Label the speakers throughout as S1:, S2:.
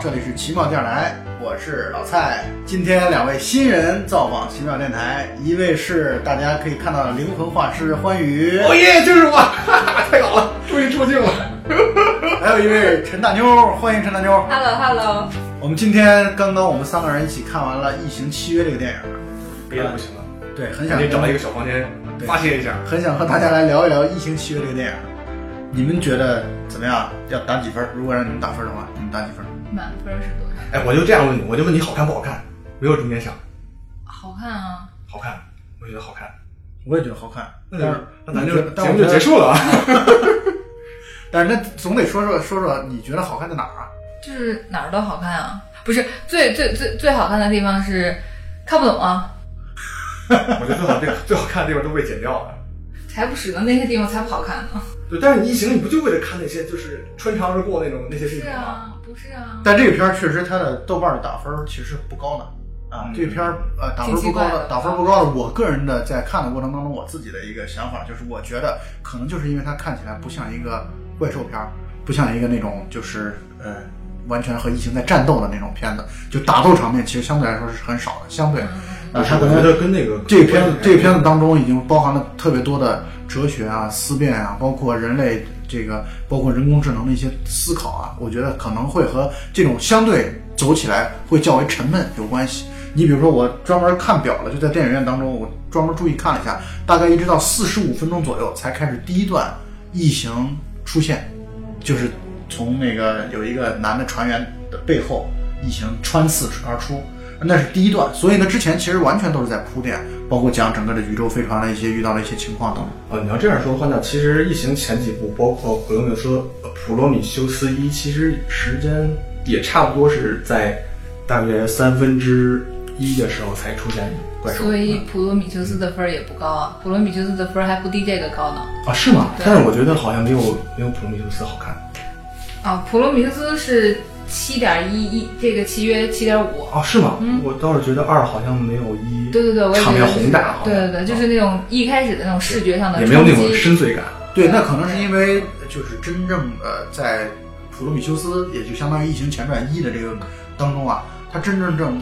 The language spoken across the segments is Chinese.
S1: 这里是奇妙电台，我是老蔡。今天两位新人造访奇妙电台，一位是大家可以看到的灵魂画师欢愉，
S2: 哦耶，就是我，太好了，终于出镜了。
S1: 还有一位陈大妞，欢迎陈大妞。
S3: Hello Hello，
S1: 我们今天刚刚我们三个人一起看完了《异形契约》这个电影，
S2: 憋得不行了，
S1: 对，很
S2: 赶
S1: 想
S2: 紧嗯找一个小房间
S1: 对
S2: 发泄一下。
S1: 很想和大家来聊一聊《异形契约》这个电影。你们觉得怎么样？要打几分？如果让你们打分的话，你们打几分？
S3: 满分是多少？
S2: 哎，我就这样问你，我就问你好看不好看，没有中间想，
S3: 好看啊！
S2: 好看，我觉得好看。
S1: 我也觉得好看，
S2: 那
S1: 但
S2: 就是那咱
S1: 你
S2: 就
S1: 觉得但
S2: 节
S1: 我
S2: 目
S1: 觉
S2: 就
S1: 得
S2: 结束了啊。
S1: 但是那总得说说说说你觉得好看在哪儿啊？
S3: 就是哪儿都好看啊！不是最最最最好看的地方是看不懂啊，
S2: 我觉得最好这个最好看的地方都被剪掉了。
S3: 才不是呢，那些地方才不好看呢。
S2: 对，但是你异形，你不就为了看那些就是穿插而过那种那些事情吗？，
S3: 不是啊，
S1: 但这个片儿确实它的豆瓣儿打分儿其实不高呢。啊，
S2: 嗯
S1: 这个片儿呃打分不
S3: 挺奇
S1: 高
S3: 怪
S1: 的，
S3: 的嗯
S1: 打分不高的。我个人的在看的过程当中，我自己的一个想法就是，我觉得可能就是因为它看起来不像一个怪兽片儿，不像一个那种就是呃完全和异形在战斗的那种片子，就打斗场面其实相对来说是很少的。相对，呃，它可
S2: 嗯我觉
S1: 能
S2: 得跟那个
S1: 这个片子这个片子当中已经包含了特别多的哲学啊、思辨啊，包括人类这个，包括人工智能的一些思考啊，我觉得可能会和这种相对走起来会较为沉闷有关系。你比如说，我专门看表了，就在电影院当中，我专门注意看了一下，大概一直到四十五分钟左右才开始第一段异形出现，就是从那个有一个男的船员的背后，异形穿刺而出，那是第一段。所以呢，之前其实完全都是在铺垫，包括讲整个的宇宙飞船的一些遇到的一些情况等等。
S2: 呃，你要这样说的话，那其实《异形》前几部，包括普罗米修斯、呃普罗米修斯一，其实时间也差不多是在大约三分之一的时候才出现怪兽
S3: 所以普罗米修斯的分儿也不高啊，普罗米修斯的分儿还不低这个高呢。
S2: 啊，是吗？
S3: 对
S2: 但是我觉得好像没有没有普罗米修斯好看
S3: 啊，普罗米修斯是七点一一，这个契约七点五。
S2: 啊，是吗？
S3: 嗯
S2: 我倒是觉得二好像没有一
S3: 对对对，我也觉
S2: 场
S3: 得
S2: 面
S3: 是
S2: 宏大好像，啊
S3: 对对对，就是那种一开始的那种视觉上的
S2: 也没有那
S3: 冲
S2: 种
S3: 击
S2: 深邃感。
S1: 对，那可能是因为呃就是真正呃，在《普罗米修斯》也就相当于《异形前传一》的这个当中啊，它真真正正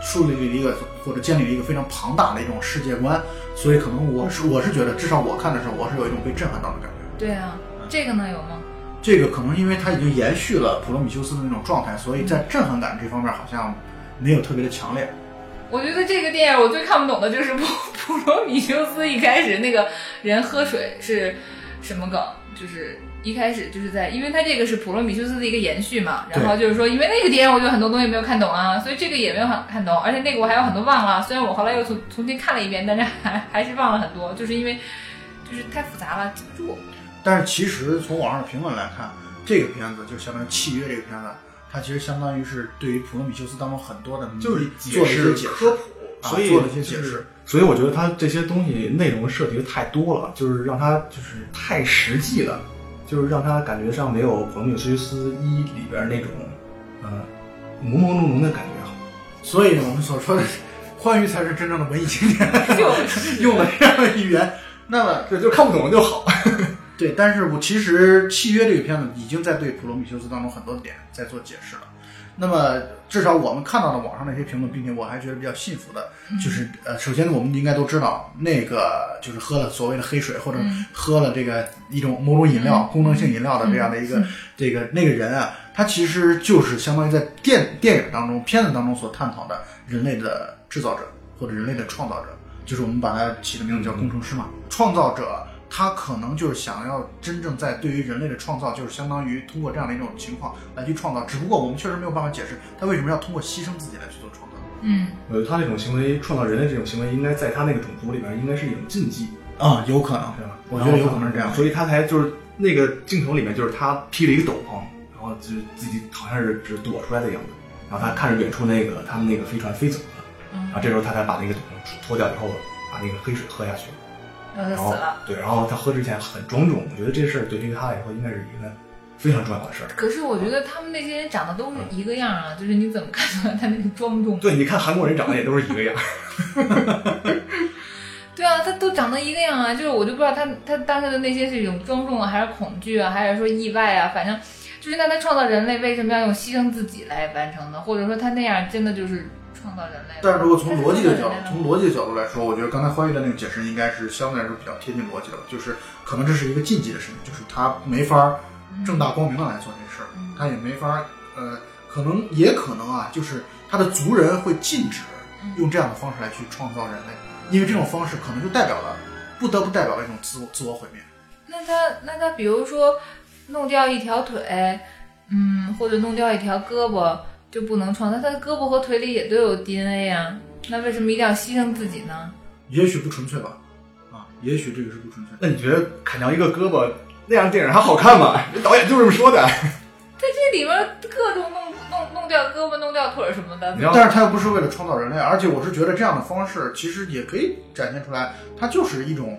S1: 树立了一个或者建立了一个非常庞大的一种世界观，所以可能我是我是觉得，至少我看的时候，我是有一种被震撼到的感觉。
S3: 对啊，这个呢有吗？
S1: 这个可能因为它已经延续了普罗米修斯的那种状态，所以在震撼感这方面好像没有特别的强烈。
S3: 我觉得这个电影我最看不懂的就是 普普罗米修斯一开始那个人喝水是什么梗？就是一开始就是在，因为它这个是普罗米修斯的一个延续嘛。然后就是说，因为那个电影我就很多东西没有看懂啊，所以这个也没有很看懂，而且那个我还有很多忘了。虽然我后来又重重新看了一遍，但是还还是忘了很多，就是因为就是太复杂了，记不住。
S1: 但是其实从网上的评论来看，这个片子就相当于《契约》这个片子，它其实相当于是对于普罗米修斯当中很多的
S2: 嗯
S1: 谜做了一些解释
S2: 科普，，
S1: 啊
S2: 所以
S1: 做了一些
S2: 就
S1: 解
S2: 是
S1: 释。
S2: 所以我觉得它这些东西内容涉及的太多了，就是让它就是太实际了，就是让它感觉上没有《普罗米修斯一》里边那种，嗯，朦朦胧胧的感觉好。
S1: 所以我们所说的欢愉才是真正的文艺青年，
S3: 就是
S1: 用了这样的语言。那么，
S2: 对，就看不懂就好。
S1: 对，但是我其实《契约》这个片子已经在对普罗米修斯当中很多点在做解释了。那么，至少我们看到了网上那些评论，并且我还觉得比较信服的，就是呃，首先我们应该都知道，那个就是喝了所谓的黑水或者喝了这个一种某种饮料、功能性饮料的这样的一个、这个那个人啊，他其实就是相当于在电电影当中、片子当中所探讨的人类的制造者或者人类的创造者，就是我们把它起的名字叫工程师嘛。创造者他可能就是想要真正在对于人类的创造，就是相当于通过这样的一种情况来去创造。只不过我们确实没有办法解释他为什么要通过牺牲自己来去做创造。
S3: 嗯，
S2: 我觉得他这种行为创造人类这种行为，应该在他那个种族里边应该是一种禁忌，
S1: 啊、有可能
S2: 是吧？
S1: 我觉得有可能是这样
S2: 所以他才就是那个镜头里面就是他披了一个斗篷，然后就是自己好像是只躲出来的样子，然后他看着远处那个他们那个飞船飞走了，
S3: 嗯
S2: 然后这时候他才把那个斗篷脱掉以后，把那个黑水喝下去，然
S3: 然后就
S2: 后
S3: 死了。
S2: 对，然后他喝之前很庄重，我觉得这事儿对于他来说应该是一个非常重要的事儿。
S3: 可是我觉得他们那些人长得都是一个样啊，就是你怎么看出来他那个庄重？
S2: 对，你看韩国人长得也都是一个样，
S3: 对啊，他都长得一个样啊，就是我就不知道他他当时的那些是一种庄重啊，还是恐惧啊，还是说意外啊，反正就是那他创造人类为什么要用牺牲自己来完成呢？或者说他那样真的就是创造人类了？
S1: 但是如果从逻辑的角度
S3: 他是创造人类，了
S1: 从逻辑的角度来说，我觉得刚才欢愉的那个解释应该是相对来说比较贴近逻辑的，就是可能这是一个禁忌的事情，就是他没法儿正大光明的来做这事儿
S3: 嗯，
S1: 他也没法儿呃，可能也可能啊，就是他的族人会禁止
S3: 嗯
S1: 用这样的方式来去创造人类，因为这种方式可能就代表了不得不代表了一种自我自我毁灭。
S3: 那他那他比如说弄掉一条腿，嗯，或者弄掉一条胳膊就不能创造，他的胳膊和腿里也都有 DNA 啊，那为什么一定要牺牲自己呢？
S1: 也许不纯粹吧，啊，也许这个是不纯粹。
S2: 那你觉得砍掉一个胳膊那样的电影还好看吗？导演就这么说的。
S3: 在这里面各种弄弄弄掉胳膊、弄掉腿什么的
S2: 你，要
S1: 但是他又不是为了创造人类，而且我是觉得这样的方式其实也可以展现出来，它就是一种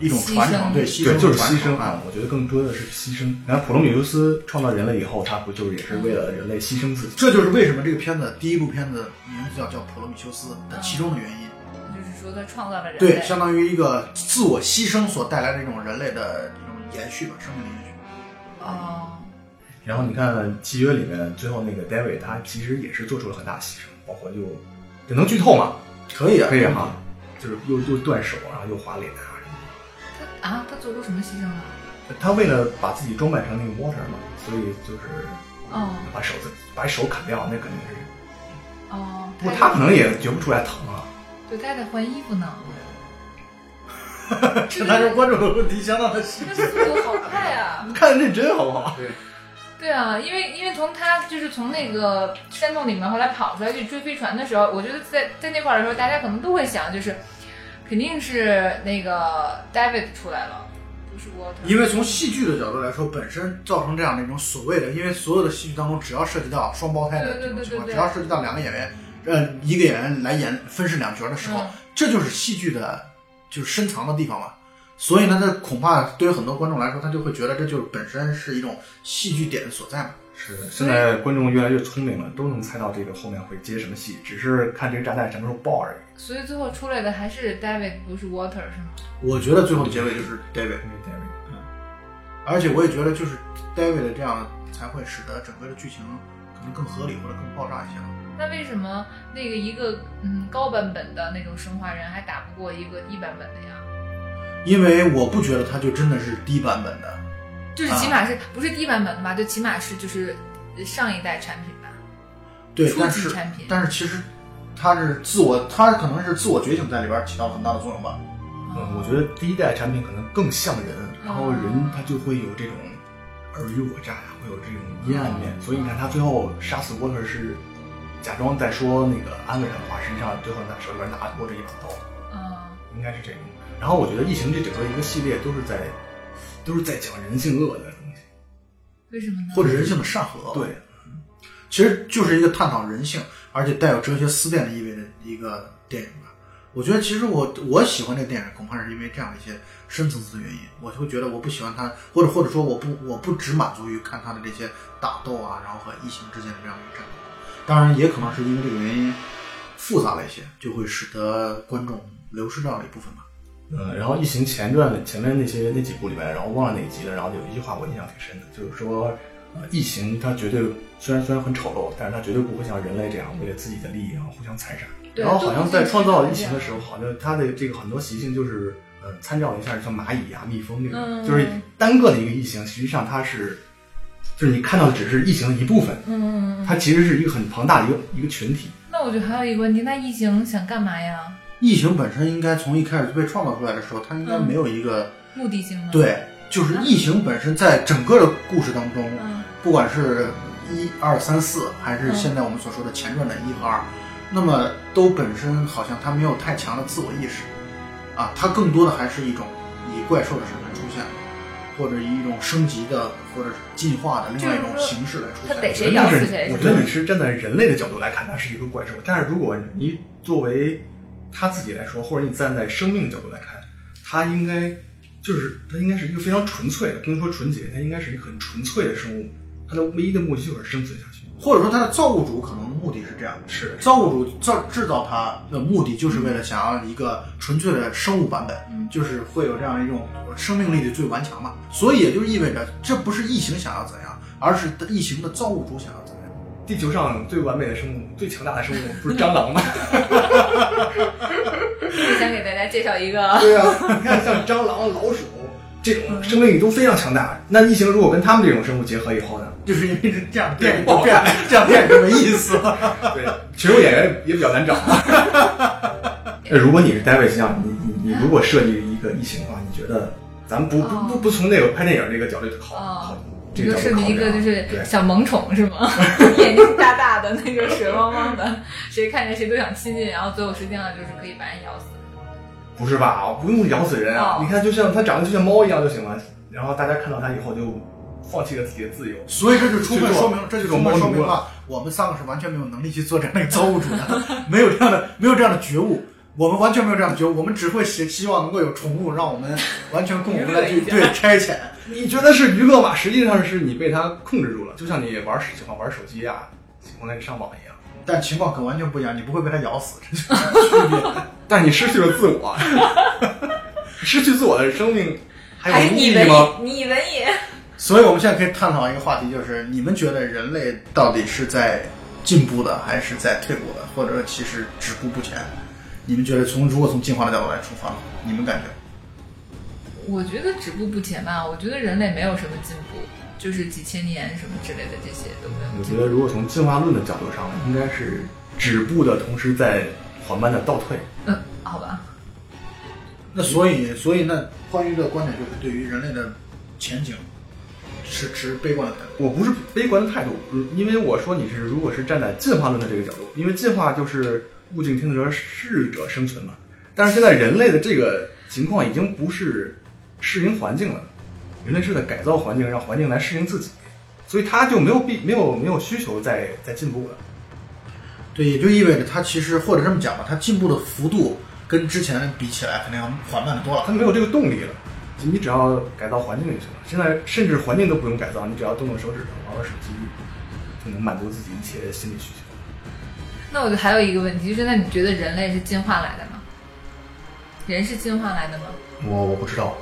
S1: 一种传
S3: 牺牲
S1: 承，对，牺
S2: 对，
S1: 牲
S2: 就是
S1: 传
S2: 牺
S1: 承
S2: 牲啊！我觉得更多的是牺牲。然后普罗米修斯创造人类以后，他不就是也是为了人类牺牲自己？
S1: 这就是为什么这个片子第一部片子名字叫叫《普罗米修斯》
S3: 嗯
S1: 的其中的原因，
S3: 就是说他创造了人类。哦
S1: 对，相当于一个自我牺牲所带来的一种人类的一种延续吧，生命的延续。
S3: 哦，
S2: 然后你看契约里面最后那个 David，他其实也是做出了很大的牺牲，包括就这能剧透吗？
S1: 可以啊，
S2: 可以哈，就是又又断手，然后又划脸啊什么
S3: 他啊，他做出什么牺牲了？
S2: 的。他为了把自己装扮成那个 water 嘛，所以就是
S1: 嗯
S3: 哦
S2: 把手子把手砍掉，那肯定是。
S3: 哦，
S2: 不过他可能也觉不出来疼啊。
S3: 对，他还得换衣服呢。
S1: 这那 是观众的问题相当的细。
S3: 那速度好快 啊！
S2: 看认真好不好？
S1: 对，
S3: 对啊，因为因为从他就是从那个山洞里面后来跑出来去追飞船的时候，我觉得在在那块儿的时候，大家可能都会想，就是肯定是那个 David 出来了，不是 Water。
S1: 因为从戏剧的角度来说，本身造成这样的一种所谓的，因为所有的戏剧当中，只要涉及到双胞胎的这种情况，
S3: 对对对对对
S1: 只要涉及到两个演员，呃，一个演员来演分饰两角的时候，
S3: 嗯
S1: 这就是戏剧的，就是深藏的地方嘛。所以呢，这恐怕对于很多观众来说，他就会觉得这就是本身是一种戏剧点所在嘛。
S2: 是的，现在观众越来越聪明了，都能猜到这个后面会接什么戏，只是看这个炸弹什么时候爆而已。
S3: 所以最后出来的还是 David，不是 Water 是吗？
S1: 我觉得最后的结尾就是 David，
S2: 因为 David
S1: 而且我也觉得就是 David 的这样才会使得整个的剧情可能更合理或者更爆炸一些吧。
S3: 那为什么那个一个嗯高版本的那种生化人还打不过一个低版本的呀？
S1: 因为我不觉得他就真的是低版本的。
S3: 就是起码是、不是低版本的吧？就起码是就是上一代产品吧。
S1: 对，
S3: 初
S1: 但
S3: 级
S1: 是
S3: 产品
S1: 但是其实他是自我，他可能是自我觉醒在里边起到了很大的作用吧。
S2: 嗯，我觉得第一代产品可能更像人，然后人他就会有这种尔虞我诈呀，会有这种阴暗面。所以你看他最后杀死沃特是假装在说那个安慰他的话，实际上最后拿手里边拿握着一把刀，
S3: 嗯，
S2: 应该是这种。然后我觉得《异形》这整个一个系列都是在都是在讲人性恶的东西。
S3: 为什么呢？
S1: 或者人性的善恶，
S2: 对，，
S1: 其实就是一个探讨人性，而且带有哲学思辨的意味的一个电影吧。我觉得其实我我喜欢这个电影，恐怕是因为这样的一些深层次的原因，我就会觉得我不喜欢它，或者或者说我不我不只满足于看它的这些打斗啊，然后和异形之间的这样一个战斗。当然，也可能是因为这个原因复杂了一些，就会使得观众流失掉了一部分吧。
S2: 嗯，然后《异形》前传的前面那些那几部里面，然后忘了哪集了，然后有一句话我印象挺深的，就是说，呃，《异形》它绝对虽然虽然很丑陋，但是它绝对不会像人类这样为了自己的利益然后互相残杀。
S3: 对
S2: 然后好像在创造《异形》的
S3: 候，
S2: 时候，好像它的这个很多习性就是，呃，参照了一下像蚂蚁啊、蜜蜂这种，
S3: 嗯
S2: 就是单个的一个异形，实际上它是，就是你看到的只是异形的一部分，
S3: 嗯，
S2: 它其实是一个很庞大的一个一个群体。
S3: 那我觉得还有一个问题，那异形想干嘛呀？
S1: 异形本身应该从一开始被创造出来的时候，它应该
S3: 嗯
S1: 没有一个、
S3: 目的性呢？，
S1: 对，就是异形本身在整个的故事当中，
S3: 嗯
S1: 不管是一二三四，还是现在我们所说的前传的一和二，那么都本身好像它没有太强的自我意识，啊，它更多的还是一种以怪兽的身份出现，或者以一种升级的或者是进化的另外一种
S3: 就是说
S1: 形式来出
S3: 它
S1: 现。
S3: 得谁
S2: 我觉
S3: 咬
S2: 得
S3: 死
S2: 是
S3: 谁
S2: 我觉得你是站在人类的角度来看，它是一个怪兽。但是如果你作为他自己来说，或者你站在生命的角度来看，它应该就是它应该是一个非常纯粹的，不能说纯洁，它应该是一个很纯粹的生物。它的唯一的目的就是生存下去。
S1: 或者说它的造物主可能目的是这样的。
S2: 是
S1: 造物主造制造它的目的，就是为了想要一个纯粹的生物版本，
S3: 嗯
S1: 就是会有这样一种生命力的最顽强嘛。所以也就意味着，这不是异形想要怎样，而是异形的造物主想要怎么样。
S2: 地球上最完美的生物、最强大的生物不是蟑螂吗？
S3: 想给大家介绍 一个，
S2: 对啊，你看像蟑螂、老鼠这种生命力都非常强大。那异形如果跟他们这种生物结合以后呢？
S1: 就是因为是这样电影就变，这样电影就没意思了。
S2: 对，群众演员也比较难找。 呃，如果你是 David 像你你你如果设计一个异形的话，你觉得咱们不不不不从那个拍电影这个角度考
S3: 哦
S2: 考这
S3: 你
S2: 个
S3: 就
S2: 角
S3: 设
S2: 度
S3: 计
S2: 考
S3: 一
S2: 虑
S3: 个
S2: 啊，
S3: 就是
S2: 对
S3: 小萌宠 是吗？眼睛大大的，那个水汪汪的，谁看着谁都想亲近，然后最后实际上就是可以把人咬死。
S2: 不是吧？不用咬死人啊！
S3: 哦
S2: 你看，就像它长得就像猫一样就行了。然后大家看到它以后就放弃了自己的自由。
S1: 所以这就充分说明，这
S2: 这
S1: 就
S2: 种
S1: 充分说明
S2: 这种
S1: 了我们三个是完全没有能力去做这样的一个造物主的，没有这样的没有这样的觉悟。我们完全没有这样的觉悟，我们只会希希望能够有宠物，让我们完全供我们来去
S3: 娱乐一下
S1: 对差遣。
S2: 你觉得是娱乐吧？实际上是你被它控制住了，就像你玩喜欢玩手机啊，喜欢那个上网一样。
S1: 但情况可完全不一样，你不会被它咬死，这就是
S2: 但你失去了自 我， 失去自我的生命还有
S3: 你
S2: 意
S3: 文
S2: 义吗？
S3: 艺，你文艺，
S1: 所以我们现在可以探讨一个话题，就是你们觉得人类到底是在进步的，还是在退步的，或者说其实止步不前？你们觉得从如果从进化的角度来出发，你们感觉？
S3: 我觉得止步不前吧，我觉得人类没有什么进步，就是几千年什么之类的这些都没有
S2: 我
S3: 进
S2: 觉
S3: 步。
S2: 得，如果从进化论的角度上，应该是止步的同时在缓慢的倒退。
S3: 嗯，好吧，
S1: 那所以，所以那关于这个观点，就是对于人类的前景是持悲观的态度。
S2: 我不是悲观的态度，嗯因为我说你是如果是站在进化论的这个角度，因为进化就是物竞天择，适者生存嘛。但是现在人类的这个情况已经不是适应环境了，人类是在改造环境，让环境来适应自己，所以他就没有必没有没有需求再再进步了。
S1: 对，也就意味着它其实或者这么讲吧，它进步的幅度跟之前比起来，肯定要缓慢的多了。
S2: 他没有这个动力了。就你只要改造环境就行了。现在甚至环境都不用改造，你只要动动手指头，玩玩手机，就能满足自己一切心理需求。
S3: 那我就还有一个问题，就是那你觉得人类是进化来的吗？人是进化来的吗？
S2: 我我不知道，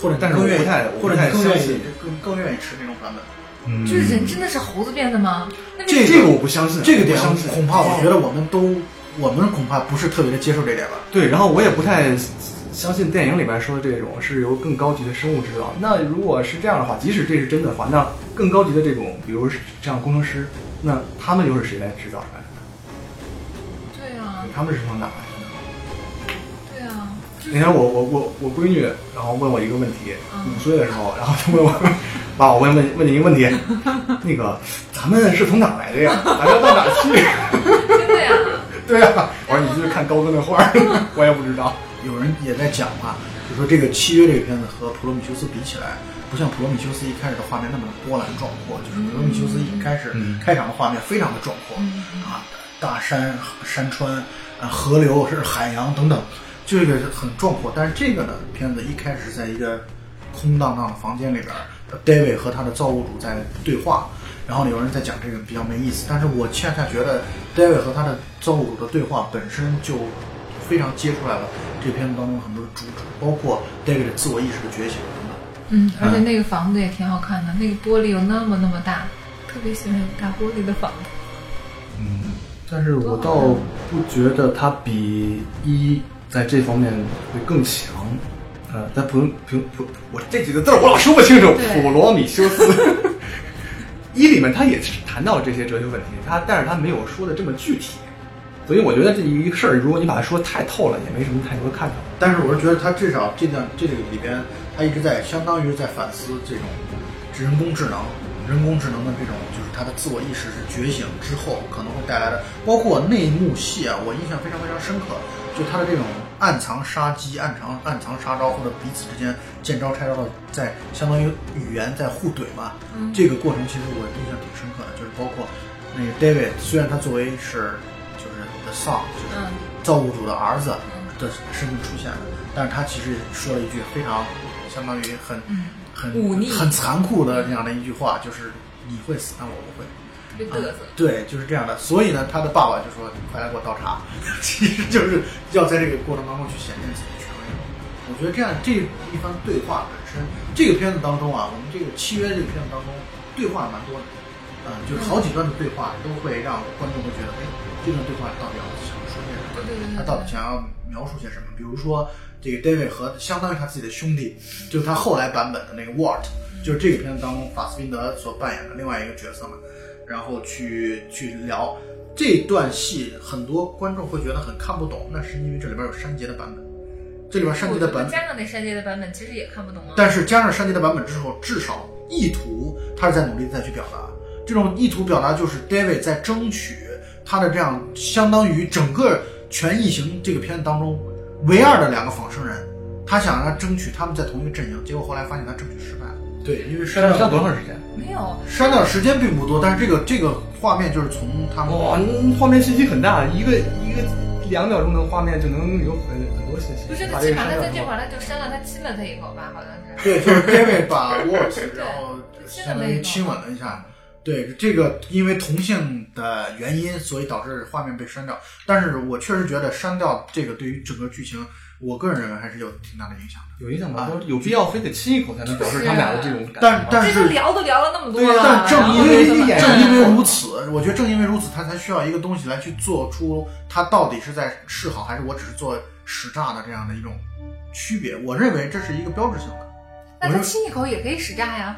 S1: 或者
S2: 但
S1: 你
S2: 是
S1: 更
S2: 我
S1: 愿
S2: 不
S1: 意
S2: 太，我
S1: 或
S2: 不
S1: 者
S2: 太
S1: 你更
S2: 相
S1: 愿意
S2: 信，
S1: 更更愿意吃那种版本。
S2: 嗯
S3: 就是人真的是猴子变的吗？那
S1: 这个
S2: 这个我不相信，啊
S1: 这个
S2: 我不
S1: 点
S2: 相信
S1: 恐怕我觉得我们都，我们恐怕不是特别的接受这点吧。
S2: 对，然后我也不太相信电影里面说的这种是由更高级的生物制造。那如果是这样的话，即使这是真的话，那更高级的这种，比如是这样工程师，那他们又是谁来制造出来的？
S3: 对啊，
S2: 他们是从哪来的呢？
S3: 对啊，
S2: 那天我我我我闺女，然后问我一个问题，
S3: 嗯
S2: 五岁的时候，然后她问我，爸，我问问问你一个问题，那个咱们是从哪儿来的呀？咱要到哪儿去？
S3: 真的呀。
S2: 对啊，我说你就是看高更的画儿，我也不知道。
S1: 有人也在讲嘛，就说这个《契约》这个片子和《普罗米修斯》比起来，不像《普罗米修斯》一开始的画面那么波澜壮阔，就是《普罗米修斯》一开始
S2: 嗯
S1: 开场的画面非常的壮阔啊，大山、山川、啊河流、是海洋等等，这个很壮阔。但是这个呢，片子一开始在一个空荡荡的房间里边呃，David 和他的造物主在对话，然后呢有人在讲这个比较没意思，但是我恰恰觉得 David 和他的造物主的对话本身就非常揭出来了这片子当中很多的主旨，包括 David 的自我意识的觉醒等等。
S3: 嗯，而且那个房子也挺好看的，那个玻璃有那么那么大，特别喜欢有大玻璃的房子。
S2: 嗯，但是我倒不觉得他比一在这方面会更强。呃，但普普普，我这几个字儿我老说不清楚。
S3: 对
S2: 普罗米修斯 一里面他也是谈到这些哲学问题，他但是他没有说的这么具体，所以我觉得这一个事儿，如果你把它说太透了，也没什么太多看头。
S1: 但是我是觉得他至少这段这个里边，他一直在相当于是在反思这种人工智能、人工智能的这种就是他的自我意识是觉醒之后可能会带来的，包括那一幕戏啊，我印象非常非常深刻，就他的这种暗藏杀机、暗藏暗藏杀招或者彼此之间见招拆招的，在相当于语言在互怼嘛，
S3: 嗯
S1: 这个过程其实我印象挺深刻的，就是包括那个 David，虽然他作为是就是 The Son，就是
S3: 嗯
S1: 造物主的儿子的身份出现的，但是他其实说了一句非常相当于很、很
S3: 嗯忤逆
S1: 很残酷的这样的一句话，就是你会死，但我不会。
S3: 特别嘚
S1: 啊
S3: 瑟。
S1: 对，就是这样的。所以呢，他的爸爸就说：“你快来给我倒茶。” 其实就是要在这个过程当中去显现自己的权威。我觉得这样这一番对话本身，这个片子当中啊，我们这个契约这个片子当中，对话蛮多的，嗯，就是好几段的对
S3: 嗯
S1: 话都会让观众会觉得，哎，这段对话到底要想说些什么？
S3: 对对对对
S1: 他到底想要描述些什么？比如说这个 David 和相当于他自己的兄弟，就是他后来版本的那个 Walt，就是这个片子当中法斯宾德所扮演的另外一个角色嘛，然后去去聊这段戏，很多观众会觉得很看不懂，那是因为这里边有删节的版本，这里边删节的
S3: 我觉
S1: 版
S3: 得
S1: 本，
S3: 加上那删节的版本，其实也看不懂啊。
S1: 但是加上删节的版本之后，至少意图他是在努力地再去表达，这种意图表达就是 David 在争取他的这样相当于整个《全异形》这个片子当中唯二的两个仿生人，他想让他争取他们在同一个阵营，结果后来发现他争取失败了。
S2: 对，因为
S1: 删掉
S2: 多长时间？
S3: 没有，
S1: 删掉的时间并不多，但是这个这个画面就是从他们
S2: 哇，嗯画面信息很大，一个一个两秒钟的画面就能有很很多信息。
S3: 不是
S2: 把
S3: 他
S2: 这
S3: 起
S2: 个
S3: 码
S2: 删掉
S3: 他在
S2: 之
S3: 这
S2: 后，
S3: 完了就删了他亲了他一口吧，好像是。
S1: 对，就是 David 把 Walt 然后相当于亲吻了一下。对，这个因为同性的原因，所以导致画面被删掉。但是我确实觉得删掉这个对于整个剧情，我个人认为还是有挺大的影响的。
S2: 有影响吗？啊有必要非得亲一口才能表示他们俩的这种
S1: 啊
S2: 感觉吗？
S1: 但但
S3: 这都
S1: 是
S3: 聊都聊了那么多
S2: 对啊
S3: 了，
S1: 但
S3: 然
S1: 正
S3: 后
S1: 因为
S3: 就
S2: 一
S3: 嗯怎么
S2: 眼
S1: 正因为如此，我觉得正因为如此，他才需要一个东西来去做出他到底是在示好，还是我只是做使诈的这样的一种区别。我认为这是一个标志性的。
S3: 那他亲一口也可以使诈呀。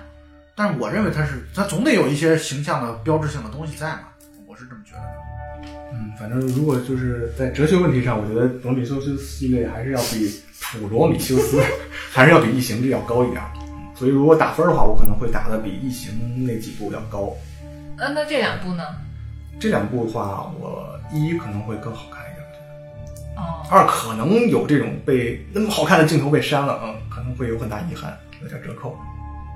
S1: 但是我认为它是，它总得有一些形象的标志性的东西在嘛，我是这么觉得。
S2: 嗯，反正如果就是在哲学问题上，我觉得《普罗米修斯》系列还是要比《普罗米修斯》 还是要比《异形》这要高一点儿。所以如果打分儿的话，我可能会打的比《异形》那几部要高。
S3: 嗯，那这两部呢？
S2: 这两部的话，我一可能会更好看一点，我觉得
S3: 哦，
S2: 二可能有这种被那么好看的镜头被删了，嗯，可能会有很大遗憾，有点折扣。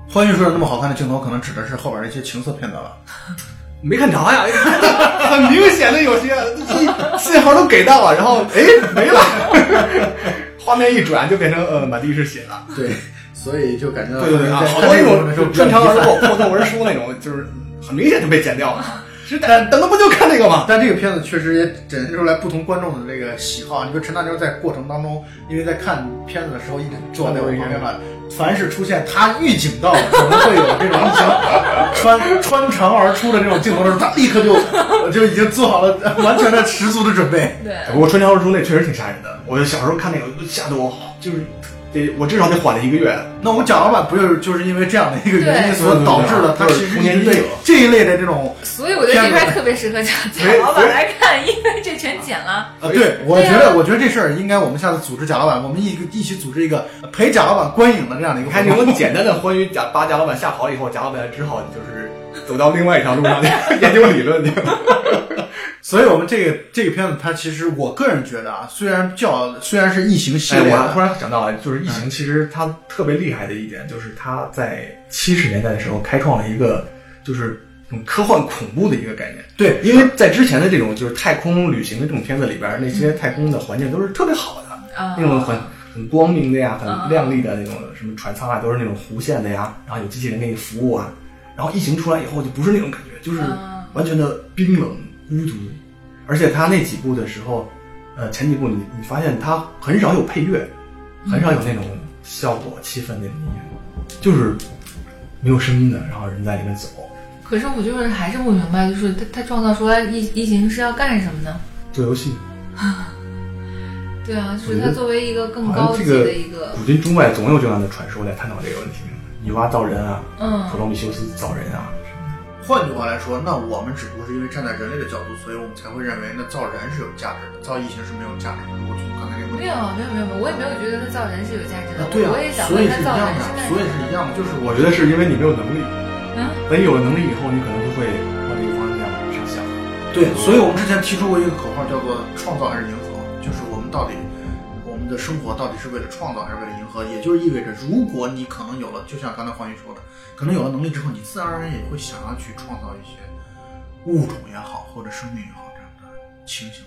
S1: 欢愉说的那么好看的镜头，可能指的是后边那些情色片段了。
S2: 没看着呀，很明显的有些信号都给到了，然后哎没了，画面一转就变成呃满地是血了。
S1: 对，所以就感觉
S2: 对对对，啊，好多那
S1: 哦
S2: 种穿肠而过、破洞而出那种，就是很明显就被剪掉了。是等等了不就看那个吗？
S1: 但这个片子确实也展现出来不同观众的这个喜好。你说陈大妞在过程当中，因为在看片子的时候一直坐在我旁边嘛，凡是出现她预警到可能会有这种情穿穿肠而出的这种镜头的时候，她立刻就就已经做好了完全的十足的准备。
S3: 对，
S2: 不过《穿墙而出》那确实挺吓人的，我小时候看那个吓得我，就是得我至少得缓了一个月。
S1: 那我们蒋老板不就是就是因为这样的一个原因
S3: 对
S1: 所导致了他
S2: 对
S1: 其实
S2: 童年
S1: 一直
S2: 阴
S1: 对
S2: 影
S1: 这一类的这种
S3: 所以我觉得这片儿特别适合叫叫老板来看，因为这全剪了。
S1: 啊，对我觉得我觉得这事儿应该我们下次组织蒋老板，我们一个一起组织一个陪蒋老板观影的这样的一个活
S2: 你看这
S1: 动。
S2: 种简单的关于贾把贾老板吓跑了以后，贾老板只好就是走到另外一条路上去研究理论去。
S1: 所以我们这个这个片子，它其实我个人觉得啊，虽然叫虽然是异形系
S2: 哎，
S1: 列哎
S2: 我突
S1: 的，
S2: 然想到啊，就是《异形》，其实它特别厉害的一点就是它在七十年代的时候开创了一个就是这种科幻恐怖的一个概念。
S1: 对，
S2: 因为在之前的这种就是太空旅行的这种片子里边儿，那些太空的环境都是特别好的，
S3: 嗯啊
S2: 那种很很光明的呀，
S3: 啊
S2: 很亮丽的那种什么船舱啊，都是那种弧线的呀，然后有机器人给你服务啊。然后异形出来以后就不是那种感觉，就是
S3: 啊
S2: 完全的冰冷孤独，而且他那几部的时候，呃，前几部你你发现他很少有配乐，
S3: 嗯
S2: 很少有那种效果气氛那种音乐，就是没有声音的，然后人在里面走。
S3: 可是我就是还是不明白，就是他他创造出来异异形是要干什么呢？
S2: 做游戏，
S3: 对啊，就
S2: 我觉
S3: 是
S2: 得
S3: 他作为一个更
S2: 好
S3: 高
S2: 像
S3: 级
S2: 这
S3: 的一个，
S2: 古今中外总有这样的传说来探讨这个问题。女娲造人啊，
S3: 嗯
S2: 普罗米修斯造人啊，
S1: 换句话来说，那我们只不过是因为站在人类的角度，所以我们才会认为那造人是有价值的，造异形是没有价值的。如果从刚才那个问题
S3: 没有，没有没有，没有我也没有觉得他造人是有价值
S1: 啊
S3: 的，，
S1: 对啊
S3: 我也，想
S1: 所以
S3: 问他
S1: 是一
S3: 造
S1: 样
S3: 人
S1: 的
S3: 是干，什
S1: 所以
S3: 么
S1: 是一样的，就是我
S2: 我觉得是因为你没有能力。
S3: 嗯
S2: 等你有了能力以后，你可能就会往这个方向上想。
S1: 对，所以我们之前提出过一个口号，叫做“创造还是迎合”，就是我们到底我们的生活到底是为了创造还是为了迎合？也就是意味着，如果你可能有了，就像刚才黄云说的，可能有了能力之后，你自然而然也会想要去创造一些物种也好，或者生命也好这样的情形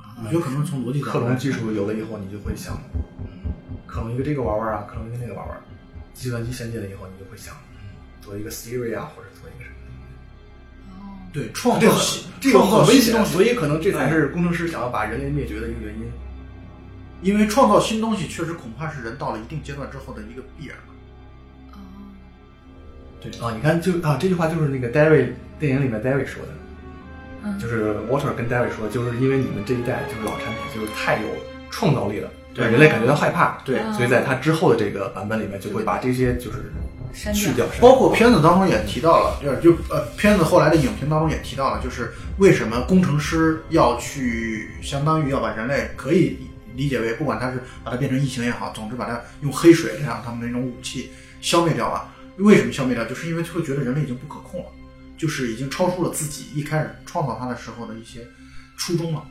S1: 吧。啊我觉得可能从逻辑上
S2: 克
S1: 来
S2: 隆
S1: 看
S2: 技术有了以后，你就会想，嗯，克隆一个这个玩玩啊，克隆一个那个玩玩。计算机先进了以后，你就会想，嗯，做一个 Siri 啊，或者做一个什么。
S1: 对创
S2: 这
S1: 造
S2: 个
S1: 新
S2: 这个
S1: 创
S2: 很
S1: 造
S2: 危
S1: 新
S2: 险，
S1: 东西
S2: 所以可能这才是工程师想要把人类灭绝的一个原因。
S1: 因为创造新东西确实恐怕是人到了一定阶段之后的一个必然吧。
S3: 哦
S1: 对
S2: 对啊，你看就啊，这句话就是那个 David 电影里面 David 说的，
S3: 嗯
S2: 就是 Water 跟 David 说，就是因为你们这一代就是老产品就是太有创造力了，
S1: 对
S2: 让人类感觉到害怕，
S1: 对
S3: 嗯
S2: 所以在他之后的这个版本里面就会把这些就是
S3: 删
S2: 去掉，删
S1: 包括片子当中也提到了，就是就呃，片子后来的影评当中也提到了，就是为什么工程师要去，相当于要把人类可以理解为，不管他是把它变成异形也好，总之把它用黑水这样他们那种武器消灭掉啊。为什么消灭掉？就是因为会觉得人类已经不可控了，就是已经超出了自己一开始创造它的时候的一些初衷了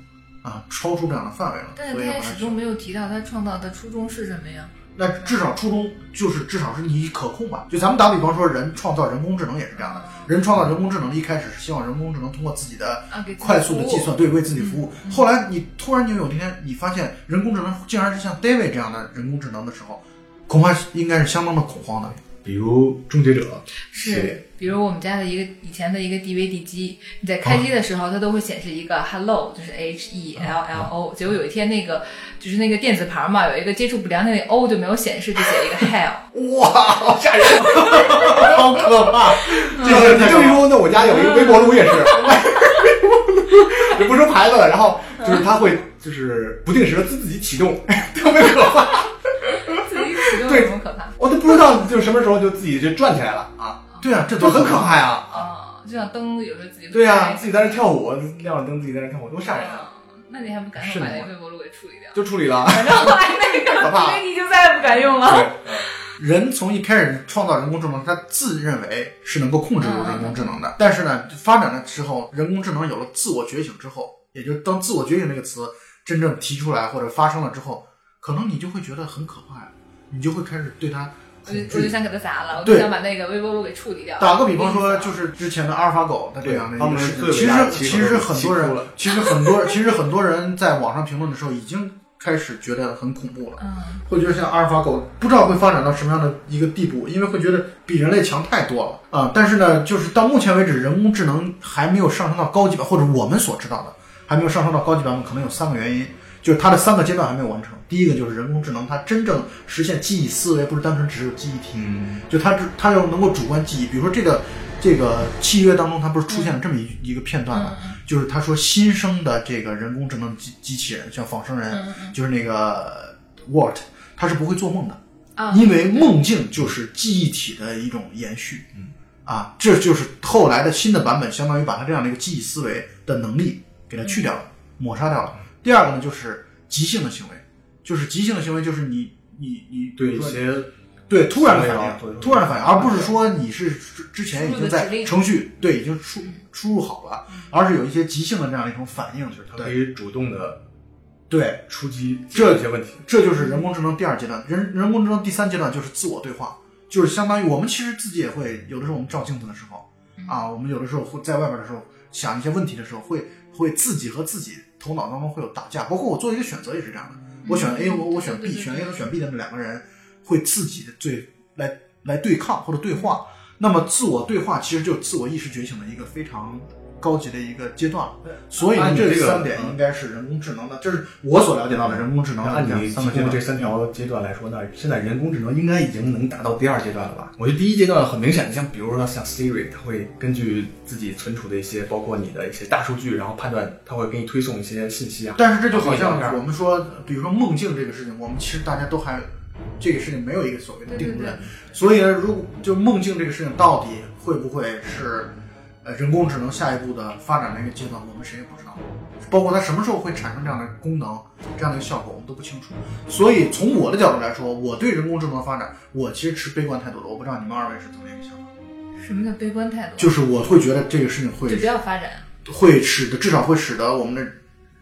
S1: 啊，超出这样的范围了。
S3: 但是
S1: 所以
S3: 他
S1: 要把
S3: 也
S1: 它
S3: 始终没有提到他创造的初衷是什么呀？
S1: 那至少初衷就是至少是你可控吧。就咱们打比方说，人创造人工智能也是这样的。人创造人工智能一开始是希望人工智能通过自己的
S3: 啊，给自己
S1: 快速的
S3: 服务嗯
S1: 计算，对为自己服务。后来你突然你有一天你发现人工智能竟然是像 David 这样的人工智能的时候，恐怕是应该是相当的恐慌
S3: 啊
S1: 的。
S2: 比如终结者系列
S3: 是，比如我们家的一个以前的一个 DVD 机，你在开机的时候，它都会显示一个 Hello，就是 H E L L O。结果有一天那个就是那个电子牌嘛，有一个接触不良，那个 O 就没有显示，就写了一个 Hell。
S1: 哇，好吓 人，好可怕！
S2: 这个这个微波炉，我家有一个微波炉也是， 也不说牌子了，然后就是它会就是不定时的自己启动，特别可怕。
S3: 自己启动有什么可怕？
S2: 我都哦不知道就是什么时候就自己就转起来了啊，
S1: 对啊，这
S2: 就
S1: 都
S2: 很可怕呀。
S3: 啊，就像灯有时候自己
S2: 对呀、
S3: 呀、
S2: 自己在那跳舞，亮着灯自己在那跳舞，多吓人啊！
S3: 那你还不赶紧把那个微波炉给处理 掉？
S2: 就处理了，
S3: 反正后来那个
S2: 可怕
S3: DVD 就再也不敢用了。
S2: 对，
S1: 人从一开始创造人工智能，他自认为是能够控制住人工智能
S2: 嗯
S1: 的。但是呢，发展了之后，人工智能有了自我觉醒之后，也就是当“自我觉醒”这个词真正提出来或者发生了之后，可能你就会觉得很可怕呀，你就会开始对它
S3: 我就
S2: 哎
S1: 恐
S3: 我就
S1: 惧。
S3: 想给它砸了，我就
S1: 对
S3: 想把那个微波炉给处理掉。
S1: 打个比方说，就是之前的阿尔法狗它这样的一个事情，
S2: 对
S1: 其
S2: 他
S1: 实
S2: 们
S1: 其
S2: 最伟大的
S1: 实很多
S2: 气哭
S1: 人
S2: 了，
S1: 其实很多，其实很多人在网上评论的时候已经开始觉得很恐怖了。
S3: 嗯，
S1: 会觉得像阿尔法狗不知道会发展到什么样的一个地步，因为会觉得比人类强太多了啊、但是呢，就是到目前为止，人工智能还没有上升到高级版，或者我们所知道的还没有上升到高级版本，可能有三个原因，就是它的三个阶段还没有完成。第一个就是人工智能它真正实现记忆思维，不是单纯只是有记忆体，
S2: 嗯，
S1: 就它只它要能够主观记忆。比如说这个这个契约当中，它不是出现了这么一一个片段吗？
S3: 嗯
S1: 就是他说新生的这个人工智能机机器人，像仿生人，
S3: 嗯嗯
S1: 就是那个 Walt，他是不会做梦的，
S3: 啊
S1: 因为梦境就是记忆体的一种延续。嗯，啊，这就是后来的新的版本，相当于把他这样的一个记忆思维的能力给它去掉了，
S3: 嗯
S1: 抹杀掉了。第二个呢，就是即兴的行为，就是即兴的行为，就是你你你
S2: 对
S1: 比
S2: 一
S1: 如说
S2: 些
S1: 对，突然
S2: 行为啊
S1: 反
S2: 对
S1: 应，突然反应，而不是说你是之之前已经
S3: 输入的指
S1: 在
S3: 令嗯
S1: 程序对已经输输入好了，而是有一些即兴的这样的一种反应，
S2: 他可
S1: 对
S2: 以主动的
S1: 对，
S2: 出击
S1: 这
S2: 些问题，
S1: 这就是人工智能第二阶段，人人工智能第三阶段就是自我对话，就是相当于我们其实自己也会有的时候我们照镜子的时候
S3: 嗯
S1: 啊，我们有的时候会在外边的时候想一些问题的时候，会会自己和自己头脑当中会有打架，包括我做一个选择也是这样的，我选 A 我我选
S3: 嗯对
S1: B，
S3: 对对
S1: 选 A 和选 B 的那两个人会自己的对来来对抗或者对话，那么自我对话其实就是自我意识觉醒的一个非常高级的一个阶段了。所以呢，
S2: 按你
S1: 这
S2: 这个嗯
S1: 三点应该是人工智能的，这是我所了解到的人工智能的
S2: 按
S1: 这样
S2: 你
S1: 三
S2: 提
S1: 个阶
S2: 供
S1: 段
S2: 这。三嗯条阶段来说，那现在人工智能应该已经能达到第二阶段了吧？我觉得第一阶段很明显，像比如说像 Siri，它会根据自己存储的一些，包括你的一些大数据，然后判断它会给你推送一些信息啊。
S1: 但是这就好
S2: 对
S1: 像我们说，比如说梦境这个事情，我们其实大家都还这个事情没有一个所谓的定论。
S3: 对对对
S1: 所以呢，如果就梦境这个事情到底会不会是呃人工智能下一步的发展的一个阶段，我们谁也不知道。包括它什么时候会产生这样的功能、这样的一个效果，我们都不清楚。所以从我的角度来说，我对人工智能的发展，我其实持悲观态度的。我不知道你们二位是怎么一个想法，
S3: 什么叫悲观态度？
S1: 就是我会觉得这个事情会
S3: 就不要发展。
S1: 会使得至少会使得我们的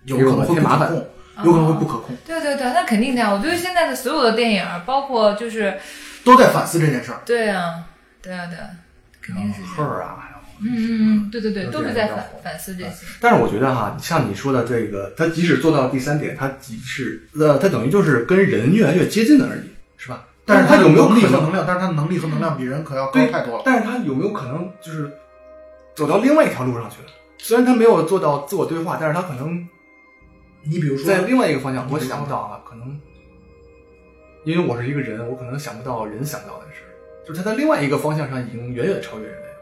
S1: 有可能会不
S2: 给我们添麻
S1: 可
S2: 烦
S1: 控，有可能会不可控，
S3: 对对对，那肯定的呀。我觉得现在的所有的电影，包括就是，
S1: 都在反思这件事儿。
S3: 对啊，对啊，对啊，肯定是这样。
S2: Her 啊，还有
S3: 嗯嗯嗯，对对对，
S2: 都
S3: 都
S2: 是
S3: 是
S2: 这样
S3: 在
S2: 比较
S3: 反
S2: 好
S3: 反思这些。
S2: 但是我觉得哈，像你说的这个，它即使做到第三点，它即使呃，它等于就是跟人越来越接近了而已，是吧？
S1: 但是
S2: 它有没有
S1: 能力
S2: 可
S1: 和
S2: 能
S1: 能？量？但是他的能力和能量比人可要高
S2: 对
S1: 太多了。
S2: 但是它有没有可能就是走到另外一条路上去了？虽然它没有做到自我对话，但是它可能
S1: 你比如说，
S2: 在另外一个方向，我想不到啊，可能因为我是一个人，我可能想不到人想不到的事儿。就是他在另外一个方向上已经远远超越人类了。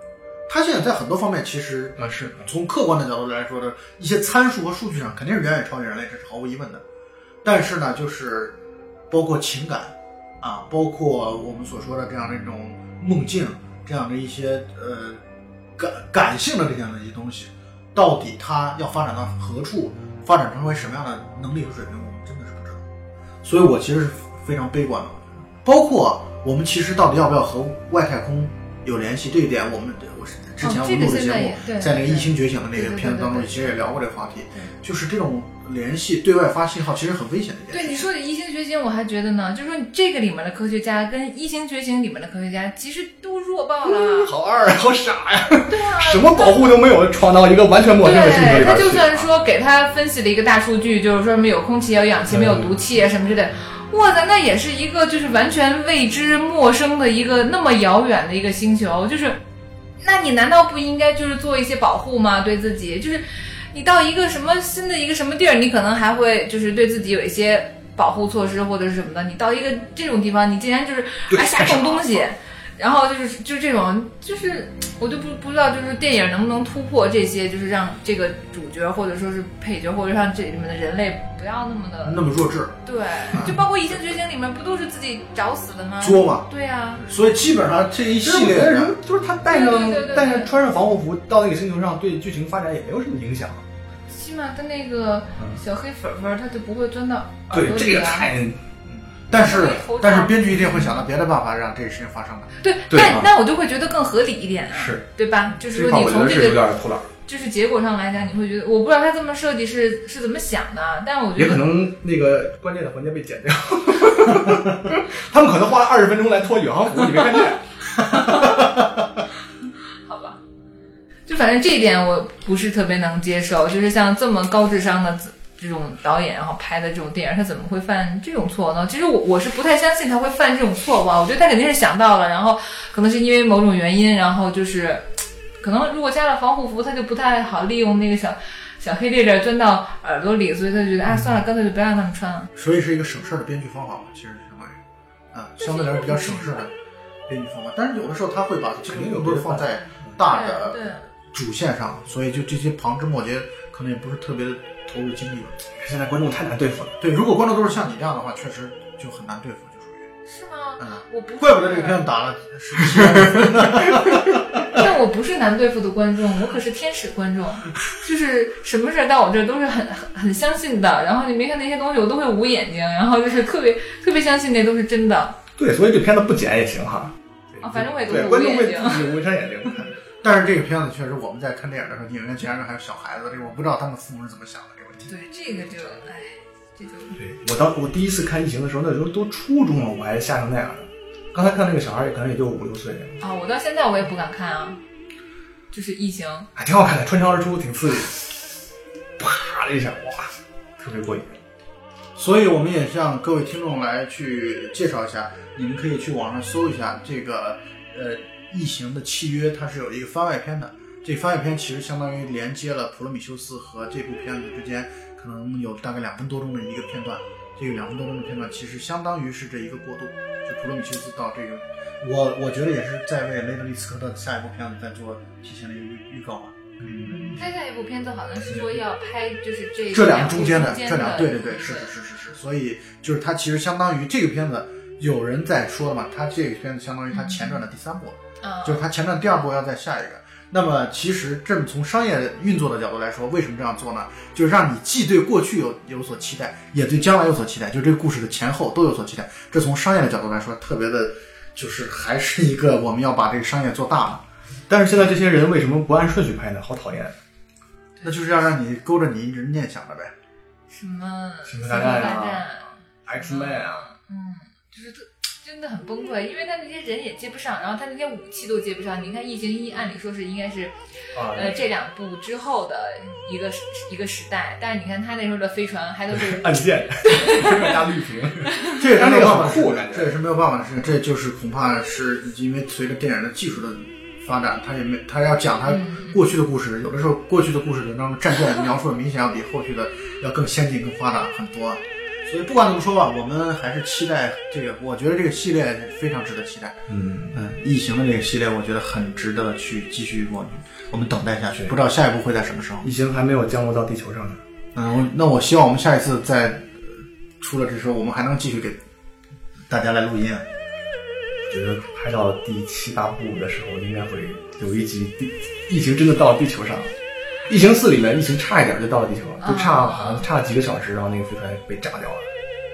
S1: 他现在在很多方面其实
S2: 啊，是
S1: 从客观的角度来说的一些参数和数据上肯定是远远超越人类，这是毫无疑问的。但是呢，就是包括情感啊，包括我们所说的这样的一种梦境，这样的一些呃感感性的这样的一些东西，到底它要发展到何处，发展成为什么样的能力和水平，我们真的是不知道。所以我其实是非常悲观的。包括我们其实到底要不要和外太空有联系，这一点我们我是之前
S3: 哦
S1: 我
S3: 这
S1: 们
S3: 个
S1: 录的
S3: 现
S1: 节
S3: 在
S1: 目
S3: 也，对
S1: 在那个
S3: 对
S1: 疫情觉醒的那个
S3: 对
S1: 片子当中，
S3: 对对对
S1: 其实也聊过这个话题
S3: 对，
S1: 就是这种联系对外发信号其实很危险的一件
S3: 对
S1: 事。
S3: 你说的《异星觉醒》，我还觉得呢，就是说这个里面的科学家跟《异星觉醒》里面的科学家其实都弱爆了。
S2: 好二啊，好傻呀、
S3: 对啊，
S2: 什么保护都没有，闯到一个完全陌生的星球
S3: 对
S2: 里边
S3: 他
S2: 去
S3: 就算
S2: 啊。
S3: 说给他分析了一个大数据，就是说什么有空气、有氧气、没
S2: 嗯
S3: 有毒气啊什么之类的。哇塞，那也是一个就是完全未知、陌生的一个那么遥远的一个星球，就是，那你难道不应该就是做一些保护吗？对自己，就是你到一个什么新的一个什么地儿，你可能还会就是对自己有一些保护措施或者是什么的。你到一个这种地方，你竟然就是
S2: 对
S3: 哎瞎
S2: 太
S3: 种
S2: 傻了
S3: 东西，然后就是就是这种，就是我就不不知道，就是电影能不能突破这些，就是让这个主角或者说是配角，或者让这里面的人类不要那么的
S1: 那么弱智
S3: 对，
S2: 嗯
S3: 就包括《异星觉醒》里面不都是自己找死的吗？
S1: 作嘛，
S3: 对啊呀、
S1: 所以基本上这一
S2: 就是
S1: 系
S2: 我觉
S1: 列
S2: 得
S1: 的
S2: 人，就是他带上
S3: 对对对对
S2: 带上穿上防护服到那个星球上，对剧情发展也没有什么影响。
S3: 啊起码他那个小黑粉粉儿他就不会钻到耳
S2: 嗯对
S3: 朵，
S2: 这
S3: 里
S2: 个
S3: 啊。
S2: 太
S1: 但是
S3: 头条
S1: 但是编剧一定会想到别的办法让这个事情发生的。
S3: 对，
S2: 对
S3: 但
S2: 啊
S3: 那我就会觉得更合理一点啊，
S2: 是
S3: 对吧？就是
S2: 这
S3: 说
S2: 块
S3: 你
S2: 我觉
S3: 从
S2: 得
S3: 这
S2: 是有
S3: 个
S2: 点偷懒儿，
S3: 就是结果上来讲，你会觉得我不知道他这么设计是是怎么想的啊，但是我觉
S2: 也可
S3: 得
S2: 能那个关键的环节被 剪掉。他们可能花了二十分钟来脱宇航服，你没看见？
S3: 好吧，就反正这一点我不是特别能接受，就是像这么高智商的这种导演，然后拍的这种电影，他怎么会犯这种错呢？其实我我是不太相信他会犯这种错误啊，我觉得他肯定是想到了，然后可能是因为某种原因，然后就是可能如果加了防护服，他就不太好利用那个小。小黑粒粒钻到耳朵里，所以他就觉得啊，算了，干脆就不要让他们穿了。
S1: 所以是一个省事儿的编剧方法嘛，其实相当于，啊，相对来说比较省事儿的编剧方法。但是有的时候他会把这个更多地放在大的
S3: 对，
S1: 主线上，所以就这些旁枝末节可能也不是特别的投入精力吧。
S2: 现在观众太难对付了。
S1: 对，如果观众都是像你这样的话，确实就很难对付，就属于，
S3: 是吗？
S1: 嗯，
S3: 我不
S1: 怪不得这个片子打了十七万分。
S3: 但我不是难对付的观众，我可是天使观众， 就是什么事儿到我这儿都是很很很相信的。然后你没看那些东西，我都会捂眼睛，然后就是特别特别相信那都是真的。
S2: 对，所以这片子不剪也行哈。
S3: 啊反正我也都
S2: 对
S3: 捂
S2: 观众会
S3: 眼睛
S2: 自己捂上眼睛看。
S1: 但是这个片子确实，我们在看电影的时候，影院竟然还有小孩子，这个我不知道他们父母是怎么想的这个问题。
S3: 对，这个就哎，这就
S2: 对我当我第一次看《异形》的时候，那时候都初中了，我还吓成那样的。刚才看那个小孩儿，可能也就五六岁，
S3: 啊，我到现在我也不敢看啊，就是异形。
S2: 还哎挺好看的，穿墙而出挺刺激，啪的一下，哇，特别过瘾。
S1: 所以我们也向各位听众来去介绍一下，你们可以去网上搜一下这个呃《异形的契约》，它是有一个番外篇的。这番外篇其实相当于连接了《普罗米修斯》和这部片子之间，可能有大概两分多钟的一个片段。这个两分多钟的片段其实相当于是这一个过渡，就普罗米修斯到这个，我我觉得也是在为雷德利·斯科特的下一部片子在做提前的一个预预告吧。
S3: 他下一部片子好像是说要拍，就是这
S1: 这两
S3: 两
S1: 个
S3: 部
S1: 中
S3: 中
S1: 间的
S3: 的，
S1: 这两对对对是是是是是，所以就是它其实相当于这个片子，有人在说了嘛，它这个片子相当于它前传的第三部，
S3: 啊，
S1: 就是它前传第二部要再下一个。那么其实这么从商业运作的角度来说，为什么这样做呢？就是让你既对过去有有所期待，也对将来有所期待，就这个故事的前后都有所期待。这从商业的角度来说，特别的，就是还是一个我们要把这个商业做大了，
S2: 但是现在这些人为什么不按顺序拍呢？好讨厌！
S1: 那就是要让你勾着你一直念想的呗。
S3: 什么
S2: 什么大战啊
S3: 大战
S2: X Man 啊，
S3: 嗯，就是特真的很崩溃，因为他那些人也接不上，然后他那些武器都接不上。你看《异形一》，按理说是应该是
S2: 啊，
S3: 呃这两部之后的一个时一个时代，但是你看他那时候的飞船还都是
S2: 按键，大绿屏，
S1: 这也是没有办法
S2: 但那个很酷感觉
S1: 这也是没有办法的事情。这就是恐怕是因为随着电影的技术的发展，他也没他要讲他过去的故事，有的时候过去的故事当中战舰描述的明显要比后续的要更先进、更发达很多，啊所以不管怎么说吧，我们还是期待这个，我觉得这个系列非常值得期待。
S2: 嗯，
S1: 嗯，异形的这个系列，我觉得很值得去继续往我们等待下去，不知道下一步会在什么时候。
S2: 异形还没有降落到地球上呢。
S1: 嗯，我那我希望我们下一次再呃出了这时候，我们还能继续给大家来录音啊。
S2: 我觉得拍到第七八部的时候，应该会有一集地疫情真的到了地球上。疫情四里面，疫情差一点就到了地球了，就差好像差了几个小时，然后那个飞船被炸掉了。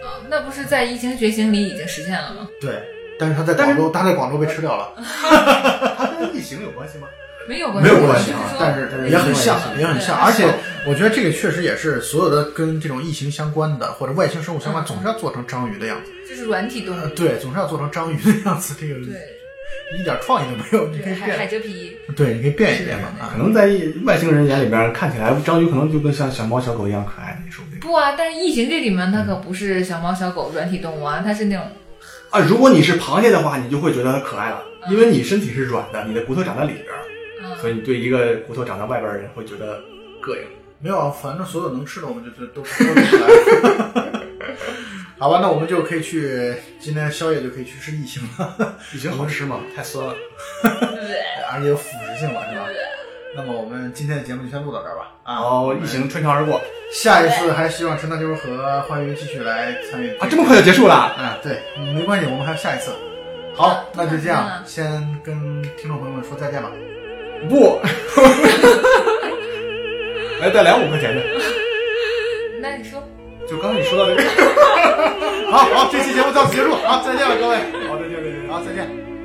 S3: 啊，那不是在《疫情觉醒》里已经实现了吗？
S1: 对，但是他在广州，他在广州被吃掉了，
S2: 它跟疫情有关系吗？
S3: 没有
S1: 没有关
S3: 关
S1: 系
S3: 就
S1: 啊
S3: 是，说
S1: 但是也很像，也很像。
S3: 对
S1: 而且我觉得这个确实也是所有的跟这种异形相关的或者外星生物相关，
S3: 嗯
S1: 总是要做成章鱼的样子。
S3: 就是软体动
S1: 呃
S3: 物，
S1: 对，总是要做成章鱼的样子，这个
S3: 对
S1: 一点创意都没嗯有，你可
S3: 对，
S1: 以
S3: 海海
S1: 变，
S3: 蜇皮，
S1: 对，你可以变一变嘛啊
S2: 可。能在外星人眼里边，看起来章鱼可能就跟像小猫小狗一样可爱，你说不定。
S3: 不啊，但是《异形》这里面它可不是小猫小狗软体动物啊，它是那种
S2: 啊，如果你是螃蟹的话，你就会觉得它可爱了，因为你身体是软的，你的骨头长在里边儿，
S3: 嗯
S2: 所以你对一个骨头长在外边儿的人会觉得膈应。
S1: 没有，啊，反正所有能吃的我们就就都吃了。 好吧，那我们就可以去今天宵夜就可以去吃异形了，
S2: 已经好吃吗？太酸了。
S1: 而且有腐蚀性嘛，是吧？那么我们今天的节目就先录到这儿吧。啊，
S2: 然后哦疫情穿墙而过
S1: 下一次还希望陈大妞和花云继续来参与
S2: 啊，这么快就结束了。
S1: 啊？对，嗯没关系，我们还有下一次。好，那就这样，
S3: 嗯
S1: 先跟听众朋友们说再见吧。
S2: 不， 来再来五块钱的。
S3: 那你说，
S2: 就刚才你 说到这个，
S1: 好好，这期节目到此结束，好，再见了各位，
S2: 好，再见，再见。
S1: 好，再见。